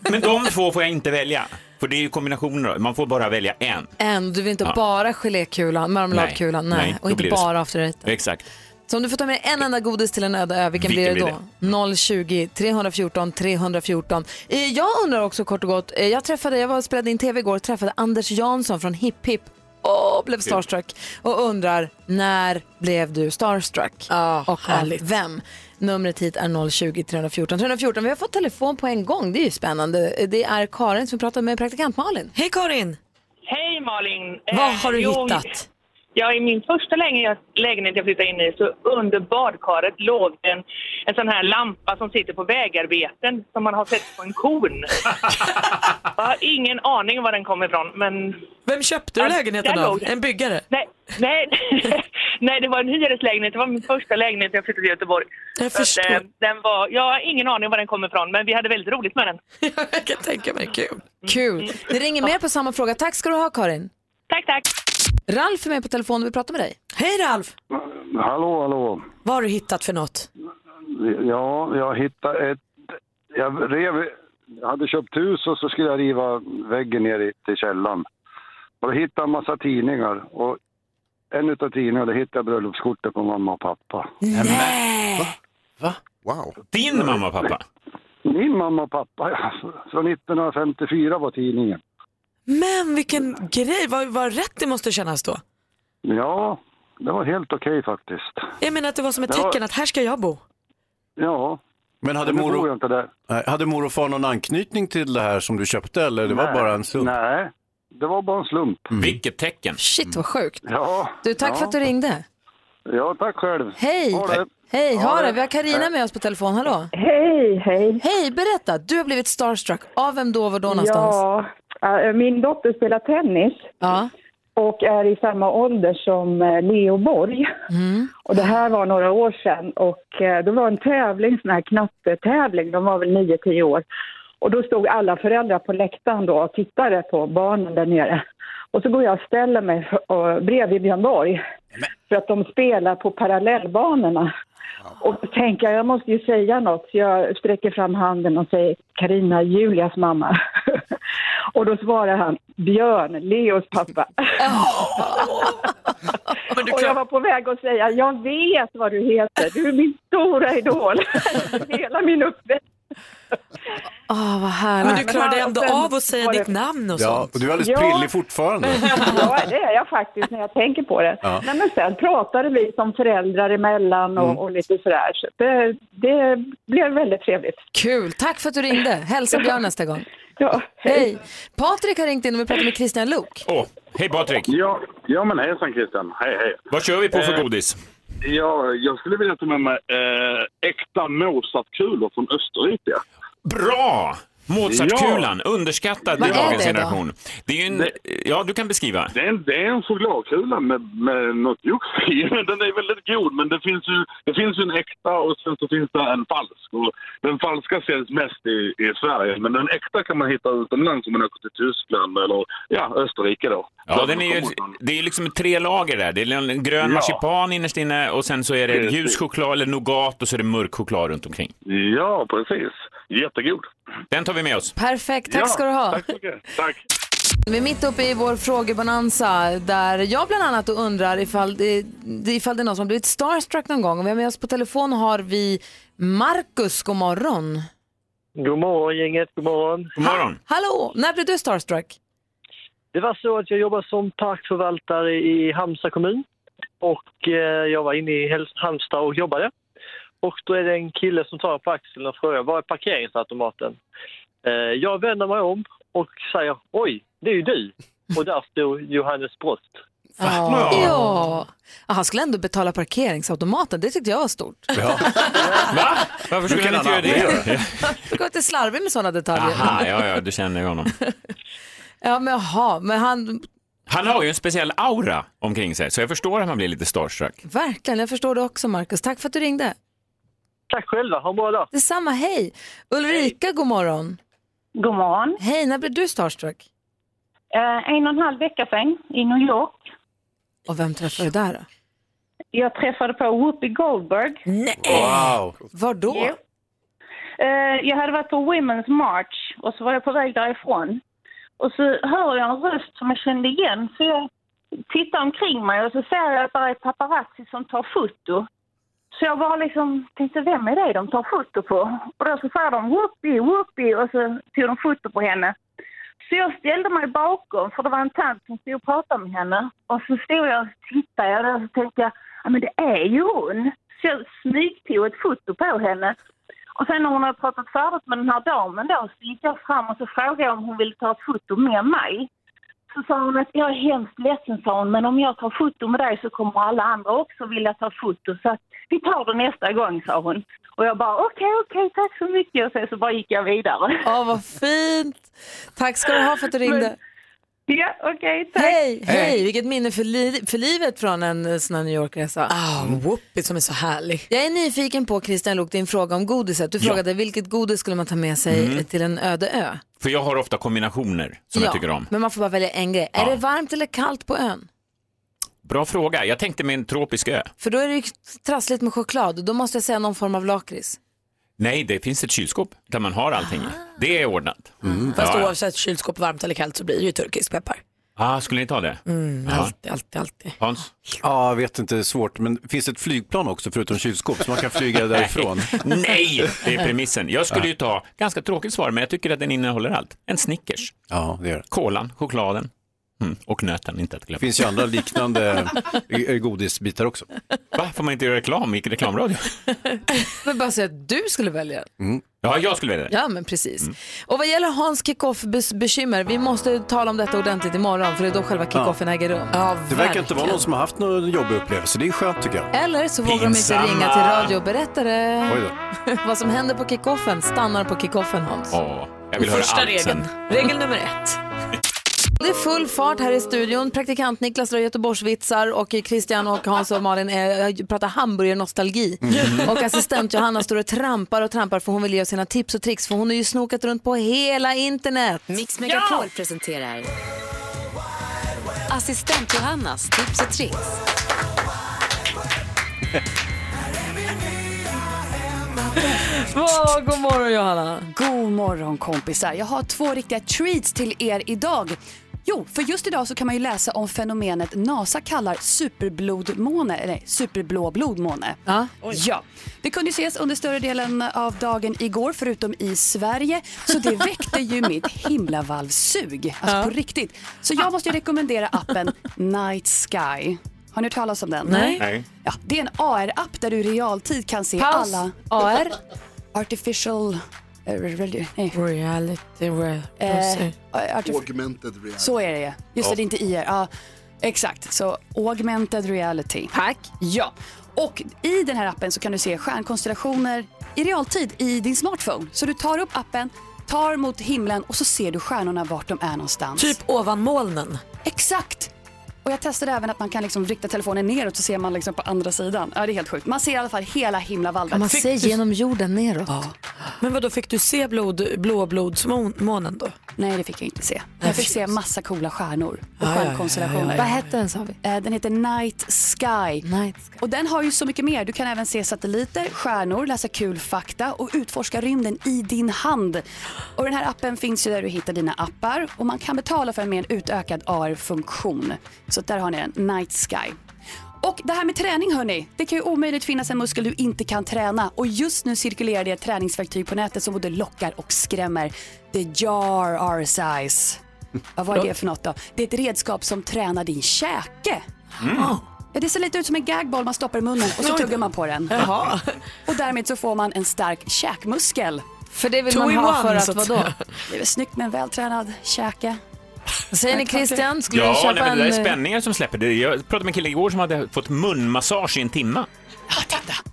Men de två får jag inte välja. För det är ju kombinationer, man får bara välja en. En, du vill inte Ja. bara gelékulan, marmeladkulan, nej. Nej, nej, och då inte blir det så. bara after eight. Exakt. Så om du får ta med en enda godis till en öde ö, vilken, Vilken blir det blir då? 020 314 314. Eh, Jag undrar också kort och gott, eh, jag träffade, jag var och spelade in tv igår och träffade Anders Jansson från Hipp Hipp och blev starstruck och undrar när blev du starstruck? och härligt. av vem? Numret hit är 020 314 314. Vi har fått telefon på en gång, det är ju spännande. Eh, Det är Karin som pratar med praktikant Malin. Hej Karin! Hej Malin! Vad Eh, har du jo, hittat? Ja, i min första länge- lägenhet jag flyttade in i så under badkaret låg en, en sån här lampa som sitter på vägarbeten som man har sett på en kon. jag har ingen aning var den kom ifrån men... Vem köpte du lägenheten av? En byggare? Nej, nej, nej, det var en hyreslägenhet. Det var min första lägenhet jag flyttade till Göteborg. Jag förstår. den var, jag har ingen aning var den kom ifrån men vi hade väldigt roligt med den. jag kan tänka mig, kul. Kul. Det ringer mer på samma fråga. Tack ska du ha Karin. Tack, tack. Ralf är med på telefon och vill prata med dig. Hej Ralf! Hallå, hallå. Vad har du hittat för något? Ja, jag hittade ett... Jag rev, jag hade köpt hus och så skulle jag riva väggen ner i- till källaren. Och då hittade jag en massa tidningar. Och en utav tidningarna, där hittade jag bröllopskortet på mamma och pappa. Nej! Va? Wow. Din mamma och pappa? Min mamma och pappa, ja. Från 1954 var tidningen. Men vilken grej, vad, vad rätt det måste kännas då. Ja, det var helt okej faktiskt. Jag menar att det var som ett Ja. tecken att här ska jag bo. Ja. Men hade Men nu mor, bor jag inte där. Nej, hade mor och far någon anknytning till det här som du köpte eller det var Nej. bara en slump? Nej, det var bara en slump. Mm. Vilket tecken. Shit vad sjukt. Ja. Du, tack ja. för att du ringde. Ja, tack själv. Hej! Ha det. Hej, Ha ha det. det. Vi har Karina med oss på telefon. Hallå? Hej, hej. Hej, berätta. Du har blivit starstruck. Av vem då, var då någonstans? Ja, eh, min dotter spelar tennis och är i samma ålder som eh, Leo Borg. Och det här var några år sedan och eh, det var en tävling, sån här knattetävling, de var väl 9-10 år. Och då stod alla föräldrar på läktaren då och tittade på barnen där nere. Och så går jag och ställer mig för- och, bredvid Björn Borg. för att de spelar på parallellbanorna. Och tänker jag, jag måste ju säga något, så jag sträcker fram handen och säger Karina, Julias mamma. och då svarar han Björn, Leos pappa. och jag var på väg att säga, jag vet vad du heter, du är min stora idol. Hela min uppväxt. Åh, vad härligt. Men du klarade ändå av att säga ditt namn och sånt. och du är alldeles Ja. prillig fortfarande. Ja, det är jag faktiskt när jag tänker på det. Ja. Nej, men sen pratade vi som föräldrar emellan och, Mm. och lite sådär. Så det, det blev väldigt trevligt. Kul, tack för att du ringde. Hälsa Björn nästa gång. Ja, hej. Patrik har ringt in och vill prata med Christian Luuk. Åh, hej Patrik! Ja, ja men hejsan Christian. Hej, hej. Vad kör vi på för Eh, godis? Ja, jag skulle vilja ta med mig eh, äkta Mozartkulor från Österrike. Bra! Mozartkulan, underskattad Vad i är dagens det då? generation. Det är ju en, ja, du kan beskriva. Det är en, det är en chokladkula med, med något jox i. Den är väldigt god, men det finns, ju, det finns ju en äkta och sen så finns det en falsk. Och den falska säljs mest i, i Sverige, men den äkta kan man hitta utomlands om man åker till Tyskland eller ja, Österrike då. Ja, den är ju, det är ju liksom tre lager där. Det är en grön Ja. marsipan innerst inne och sen så är det Precis. ljus choklad eller nougat och så är det mörk choklad runt omkring. Ja, precis. Jättegod. Den tar vi med oss. Perfekt, tack ska du ha. Tack så mycket. Tack. Vi är mitt uppe i vår frågebonanza där jag bland annat undrar ifall det, ifall det är någon som har blivit starstruck någon gång. Och vi har med oss på telefon har vi Marcus, god morgon. God morgon gänget, god morgon. God morgon. Hallå, när blev du starstruck? Det var så att jag jobbade som parkförvaltare i Halmstad kommun och eh, jag var inne i Hel- Halmstad och jobbade. Och då är det en kille som tar på axeln och frågar var är parkeringsautomaten? Eh, jag vänder mig om och säger oj, det är ju du. Och där stod Johannes Brost. Ja. ja. Ah, Han skulle ändå betala parkeringsautomaten, det tyckte jag var stort. Varför skulle han inte göra det? Du går inte slarvig med sådana detaljer. Aha, ja, ja, du känner ju honom. Ja, men jaha, men han, Han har ju en speciell aura omkring sig, så jag förstår att man blir lite starstruck. verkligen, jag förstår det också Marcus. Tack för att du ringde. Tack själva, ha en bra dag. Detsamma, hej. Ulrika, god morgon. God morgon. Hej, när blev du starstruck? Eh, en och en halv vecka sedan i New York. Och vem träffade du där då? Jag träffade på Whoopi Goldberg. Nej. Wow! Var då? Eh, jag hade varit på Women's March och så var jag på väg därifrån. Och så hör jag en röst som jag kände igen så jag tittar omkring mig och så ser jag att det är paparazzi som tar foto. Så jag bara liksom tänkte, vem är det de tar foto på? Och då så sa de whoopie, whoopie och så tog de foto på henne. Så jag ställde mig bakom, för det var en tant som stod och pratade med henne. Och så stod jag och tittade jag där och så tänkte jag, ja men det är ju hon. Så jag smygtog ett foto på henne. Och sen när hon hade pratat färdigt med den här damen då, så gick jag fram och så frågade jag om hon ville ta ett foto med mig. Så sa hon att jag är hemskt ledsen, sa hon, men om jag tar foto med dig så kommer alla andra också vilja ta foto. Så att vi tar det nästa gång, sa hon. Och jag bara okej, okej, tack så mycket. Och sen så bara gick jag vidare. Ja, vad fint. Tack ska du ha för att du ringde. Ja, okej, tack. Hej, hej, Hej. vilket minne för, li- för livet från en eh, sån här New York-resa. Ah, whoopie som är så härlig. Jag är nyfiken på, Christian Luuk, din fråga om godiset. Du Ja. frågade vilket godis skulle man ta med sig Mm. eh, till en öde ö? För jag har ofta kombinationer som jag tycker om. Men man får bara välja en grej. Är Ja. det varmt eller kallt på ön? Bra fråga. Jag tänkte med en tropisk ö. För då är det ju trassligt med choklad och då måste jag säga någon form av lakrits. Nej, det finns ett kylskåp där man har allting. i. Ah. Det är ordnat. Fast Ja, ja. oavsett kylskåp varmt eller kallt så blir det ju turkisk peppar. Ah, skulle ni ta det? Mm, Ja. alltid, alltid, alltid. Hans? Ja, jag vet inte, det är svårt. Men finns det ett flygplan också förutom kylskåp så man kan flyga därifrån? Nej, det är premissen. Jag skulle ju ta, ganska tråkigt svar, men jag tycker att den innehåller allt. En Snickers. Ja, det gör det. Kolan, chokladen mm. och nöten, inte att glömma. Det finns ju andra liknande eh, godisbitar också. Va, får man inte göra reklam i reklamradio? Men bara säga att du skulle välja. Ja, jag skulle välja det. Ja, men precis. Mm. Och vad gäller Hans kickoff-bekymmer, vi måste tala om detta ordentligt imorgon för det är då själva kickoffen äger rum. Ja, Det verkar inte vara någon som har haft någon jobbig upplevelse. Det är skönt tycker jag. Eller så vågar de inte Pinsamma. ringa till radio och berätta det. Oj då. vad som händer på kickoffen stannar på kickoffen, Hans. Ja, jag vill höra Första allt sen. regeln. Regel nummer ett. Det är full fart här i studion. Praktikant Niklas drar Göteborgsvitsar och Christian och Hans och Malin är, pratar hamburgernostalgi. Och assistent Johanna står och trampar och trampar för hon vill ge oss sina tips och tricks för hon har ju snokat runt på hela internet. Mix Megapol presenterar Assistent Johannas tips och tricks. Åh, god morgon Johanna. God morgon kompisar. Jag har två riktiga treats till er idag. Jo, för just idag så kan man ju läsa om fenomenet NASA kallar superblodmåne, eller superblå blodmåne. Ja. ja. Det kunde ju ses under större delen av dagen igår, förutom i Sverige. Så det väckte ju mitt himlavalvsug, alltså på riktigt. Så jag måste ju rekommendera appen Night Sky. Har ni hört talas om den? Nej. Ja, det är en AR-app där du i realtid kan se Paus. alla... AR? Artificial... eh, radi- nej. Reality... Eh, artif- Augmented reality. så är det ja. Just det, Ja. det är inte IR. Ja, exakt, så augmented reality. Tack. Ja, och i den här appen så kan du se stjärnkonstellationer i realtid i din smartphone. Så du tar upp appen, tar mot himlen och så ser du stjärnorna vart de är någonstans. Typ ovan molnen. Exakt! Och jag testade även att man kan liksom rikta telefonen neråt så ser man liksom på andra sidan. Ja, det är helt sjukt. Man ser i alla fall hela himlavalvet. Kan man se genom jorden neråt? Men vad då fick du se blod, blåblodsmånen då? Nej, det fick jag inte se. Jag fick se massa coola stjärnor och stjärnkonstellationer. Vad hette den sa vi? Eh, Den heter Night Sky. Och den har ju så mycket mer. Du kan även se satelliter, stjärnor, läsa kul fakta och utforska rymden i din hand. Och den här appen finns ju där du hittar dina appar och man kan betala för en mer utökad AR-funktion. Så där har ni den, Night Sky. Och det här med träning hörni, det kan ju omöjligt finnas en muskel du inte kan träna och just nu cirkulerar det ett träningsverktyg på nätet som både lockar och skrämmer. The Jar R-Size. Ja, vad är det för något då? Det är ett redskap som tränar din käke. Mm. Ah. Ja, det ser lite ut som en gagboll man stoppar i munnen och så tuggar man på den. Jaha. Och därmed så får man en stark käkmuskel. För det vill Two man in ha one, för att så att vadå? säga. Det är väl snyggt med en vältränad käke. Säger ni Christian, skulle du Ja, köpa nej, men det där en... eh, är spänningar som släpper. Det- Jag pratade med en kille igår som hade fått munmassage i en timme.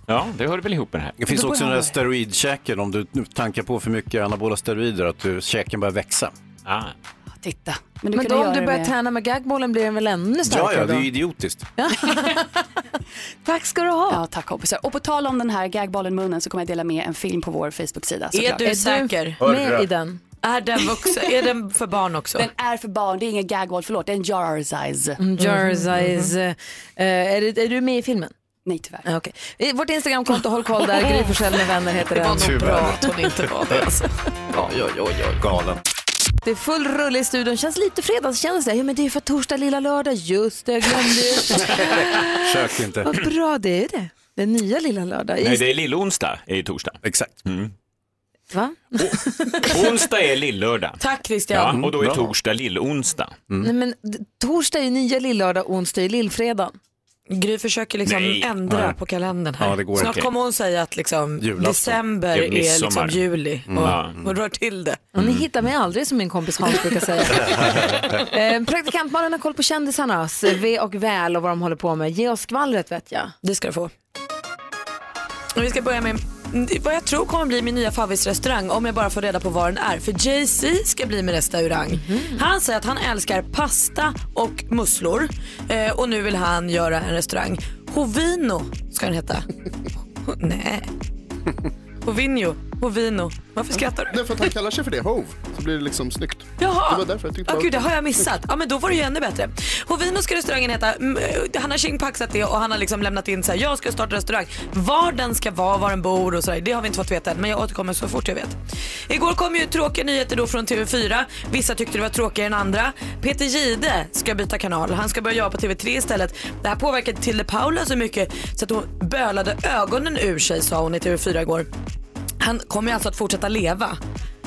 Ja, det hör väl ihop med det här. Det finns Då också den börjar här det. steroidkäken, om du nu tankar på för mycket anabola steroider, att du, käken börjar växa. Titta. Men, du kunde då om göra du det börjar med- träna med gagbollen blir den väl ännu Ja, starkare ja, det är då? ju idiotiskt. Tack ska du ha. Ja, tack kompisar. Och på tal om den här gagbollen i munnen så kommer jag dela med en film på vår Facebook-sida. Är såklart. du säker? Hörru. den? Är den vuxen? Är den för barn också? Den är för barn, det är ingen gagboll, förlåt, det är en jar size. Mm, Jerseys. Mhm. Eh, är, du- är du med i filmen? Nej tyvärr. Ah, okay. Eh, Vårt Instagramkonto, håll koll där, Gry Forssell med vänner heter Det den. var nog bra att hon inte var det. Alltså. Oj, oj, oj, oj. Galen. Det är full rulle i studion, känns lite fredagskänsla. Ja men det är ju för torsdag, lilla lördag. Just det, jag glömde ju. Sök inte. Vad bra det är det. Den nya lilla lördag. Nej, det är lillonsdag, är ju torsdag. Exakt. Mm. Va? Onsdag är lillördag. Tack Christian. Ja, och då är Bra. torsdag lillonsdag. Nej, men d- torsdag är ju nya lillördag, onsdag är lillfredag. Gry försöker liksom Nej. ändra Nej. på kalendern här. Ja, det går Snart inte. kommer hon säga att liksom Julafton. december Det är, är midsommar. liksom juli och Mm. Ja. hon rör till det. Och ni hittar mig aldrig som min kompis Hans brukar säga. eh, Praktikantmannen har koll på kändisarnas ve och väl och vad de håller på med. Ge oss skvallret vet jag. Det ska du få. Och vi ska börja med vad jag tror kommer bli min nya favvisrestaurang om jag bara får reda på var den är. För Jay-Z ska bli min restaurang. Han säger att han älskar pasta och musslor eh, och nu vill han göra en restaurang. Hovino ska den heta. Nej. Hovinho. Hovino. Varför skrattar du? Därför att han kallar sig för det, Hov. Så blir det liksom snyggt. Jaha! Det var därför jag tyckte Ja, var- gud, det har jag missat. Ja, men då var det ju ännu bättre. Hovino ska restaurangen heta. Mm, eh, Han har tjingpaxat det och han har liksom lämnat in så här, jag ska starta restaurang. Var den ska vara, var den bor och så där, det har vi inte fått veta än. Men jag återkommer så fort jag vet. Igår kom ju tråkiga nyheter då från TV4. Vissa tyckte det var tråkigare än andra. Peter Gide ska byta kanal. Han ska börja jobba på TV3 istället. Det här påverkade Tilde Paula så mycket så att hon bölade ögonen ur sig sa hon i TV4 igår. Han kommer ju alltså att fortsätta leva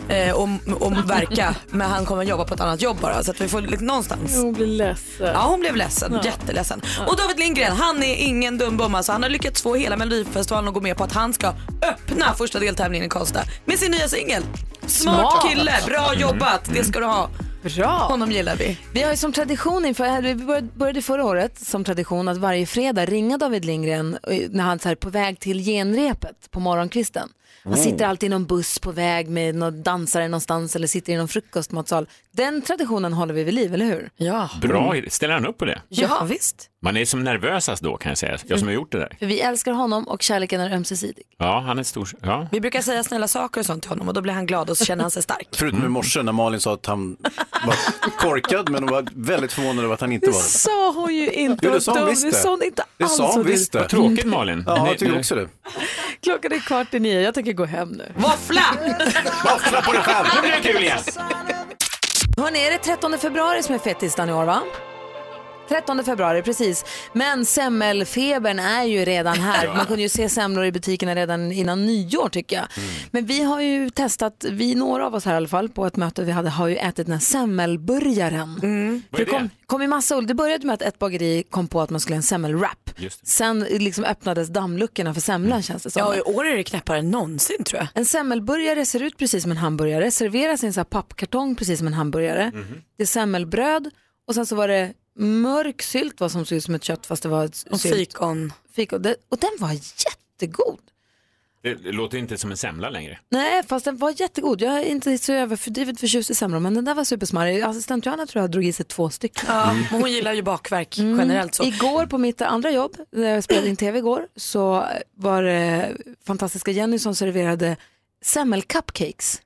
eh, och, och verka men han kommer jobba på ett annat jobb bara så att vi får lite någonstans. Hon blir ledsen. Ja hon blev ledsen, Ja. jätteledsen. Och David Lindgren han är ingen dum bomma så han har lyckats få hela Melodifestivalen att gå med på att han ska öppna första deltävlingen i Karlstad med sin nya singel. Smart, Smart. kille, bra jobbat, det ska du ha. Bra. Honom gillar vi. Vi har ju som tradition inför, eh, vi började- började förra året som tradition att varje fredag ringa David Lindgren eh, när han så här, är på väg till genrepet på morgonkvisten. Han Mm. sitter alltid i någon buss på väg med någon dansare någonstans eller sitter i någon frukostmatsal. Den traditionen håller vi vid liv, eller hur? Ja. Bra, ställer han upp på det? Ja, visst. Man är som nervösast då kan jag säga, jag som har gjort det där. För vi älskar honom och kärleken är ömsesidig. Ja, han är stor. Ja. Vi brukar säga snälla saker och sånt till honom och då blir han glad och så känner han sig stark. Förutom i Mm. morse när Malin sa att han var korkad, men hon var väldigt förvånad över att han inte Det var det. sa hon ju inte. Jo, det sa hon Tom. visst Det det. sa hon inte Det alls. sa hon och du- visst det. Malin. Ja, Nej, jag tycker nej. också det. Klockan är kvart i nio, jag tänker gå hem nu. Våffla! Våffla på dig själv! Nu blir det kul igen! Hörni, är det 13 februari som är fettisdagen i år va? 13 februari, precis. Men semmelfebern är ju redan här. Ja. Man kunde ju se semlor i butikerna redan innan nyår tycker jag. Mm. Men vi har ju testat, vi några av oss här i alla fall, på ett möte vi hade, har ju ätit den här semmelburgaren. Mm. Vad är kom, det? kom i massa ol- Det började med att ett bageri kom på att man skulle ha en semmelwrap. Sen liksom öppnades dammluckorna för semlan känns det som. Mm. Ja, i år är det knäppare än någonsin tror jag. En semmelburgare ser ut precis som en hamburgare, serveras i en sån här pappkartong precis som en hamburgare. Mhm. Det är semmelbröd och sen så var det mörk sylt vad som såg ut som ett kött fast det var ett Och sylt. fikon. fikon. Det- Och den var jättegod. Det låter inte som en semla längre. Nej, fast den var jättegod. Jag är inte så överdrivet förtjust i semlor, men den där var supersmarrig. Assistent Johanna tror jag drog i sig två stycken. Ja, men hon gillar ju bakverk Mm. generellt så. Igår på mitt andra jobb, när jag spelade in tv igår, så var det fantastiska Jenny som serverade semmelcupcakes.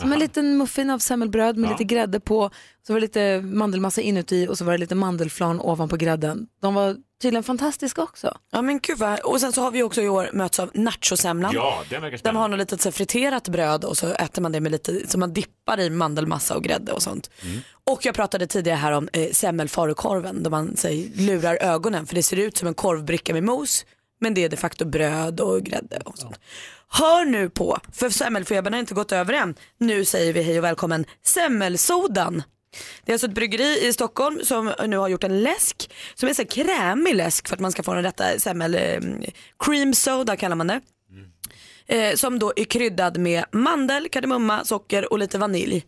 Som en liten muffin av semmelbröd med Mm-hmm. Ja. lite grädde på, så var det lite mandelmassa inuti och så var det lite mandelflan ovanpå grädden. De var tydligen fantastiska också. Ja men gud vad, och sen så har vi också i år mötts av nachosemlan. Ja, den verkar Den spännande. har något litet så här friterat bröd och så äter man det med lite, så man dippar i mandelmassa och grädde och sånt. Mm. Och jag pratade tidigare här om eh, semmelfarukorven då man så här, lurar ögonen för det ser ut som en korvbricka med mos men det är de facto bröd och grädde och sånt. Hör nu på, för semmelfebern har inte gått över än. Nu säger vi hej och välkommen semmelsodan. Det är alltså ett bryggeri i Stockholm som nu har gjort en läsk som är så här krämig läsk för att man ska få den rätta semmel, eh, cream soda kallar man det. Eh, som då är kryddad med mandel, kardemumma, socker och lite vanilj.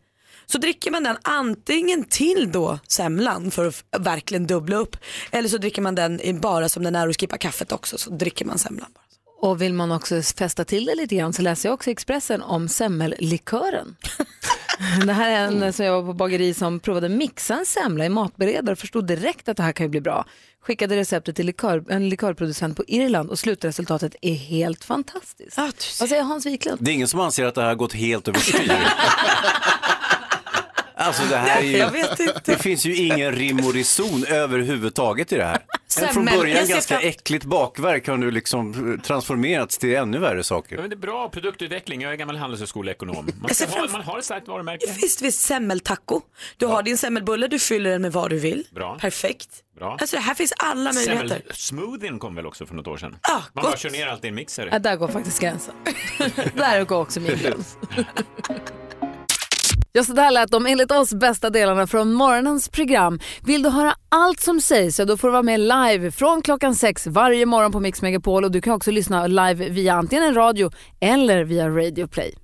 Så dricker man den antingen till då semlan för att f- verkligen dubbla upp eller så dricker man den i- bara som den är och skippar kaffet också så dricker man semlan. bara. Och vill man också fästa till det lite grann så läser jag också i Expressen om semmellikören. det här är en som jag var på bageri som provade mixa en semla i matberedare och förstod direkt att det här kan ju bli bra. Skickade receptet till likör, en likörproducent på Irland och slutresultatet är helt fantastiskt. Vad säger Hans Wiklund? Det är ingen som anser att det här har gått helt överstyr. Alltså det här är ju, Jag vet inte. det finns ju ingen rim och reson överhuvudtaget i det här. En från Semmel. Jag början ser ganska fram- äckligt bakverk har nu liksom transformerats till ännu värre saker. Ja, men det är bra produktutveckling, jag är gammal handelshögskoleekonom. Man, ska ha, man har ett starkt varumärke. Alltså, Visst, visst semmeltaco. Du har din semmelbulle, du fyller den med vad du vill. Bra. Perfekt. Bra. Alltså här finns alla möjligheter. Semmelsmoothien kom väl också för något år sedan? Ah, man bara kör ner allt i en mixer. Ja, där går faktiskt gränsen. där går också min gräns. Ja, så där lät de enligt oss bästa delarna från morgonens program. Vill du höra allt som sägs så då får du vara med live från klockan sex varje morgon på Mix Megapol och du kan också lyssna live via antingen en radio eller via Radio Play.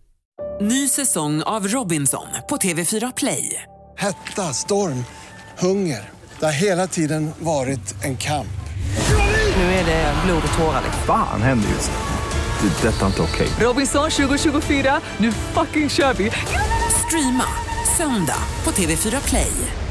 Ny säsong av Robinson på TV4 Play. Hetta, storm, hunger. Det har hela tiden varit en kamp. Nu är det blod och tårar. liksom. Fan händer just det. Det är detta inte okej. Robinson 2024, nu fucking kör vi! Streama söndag på TV4 Play.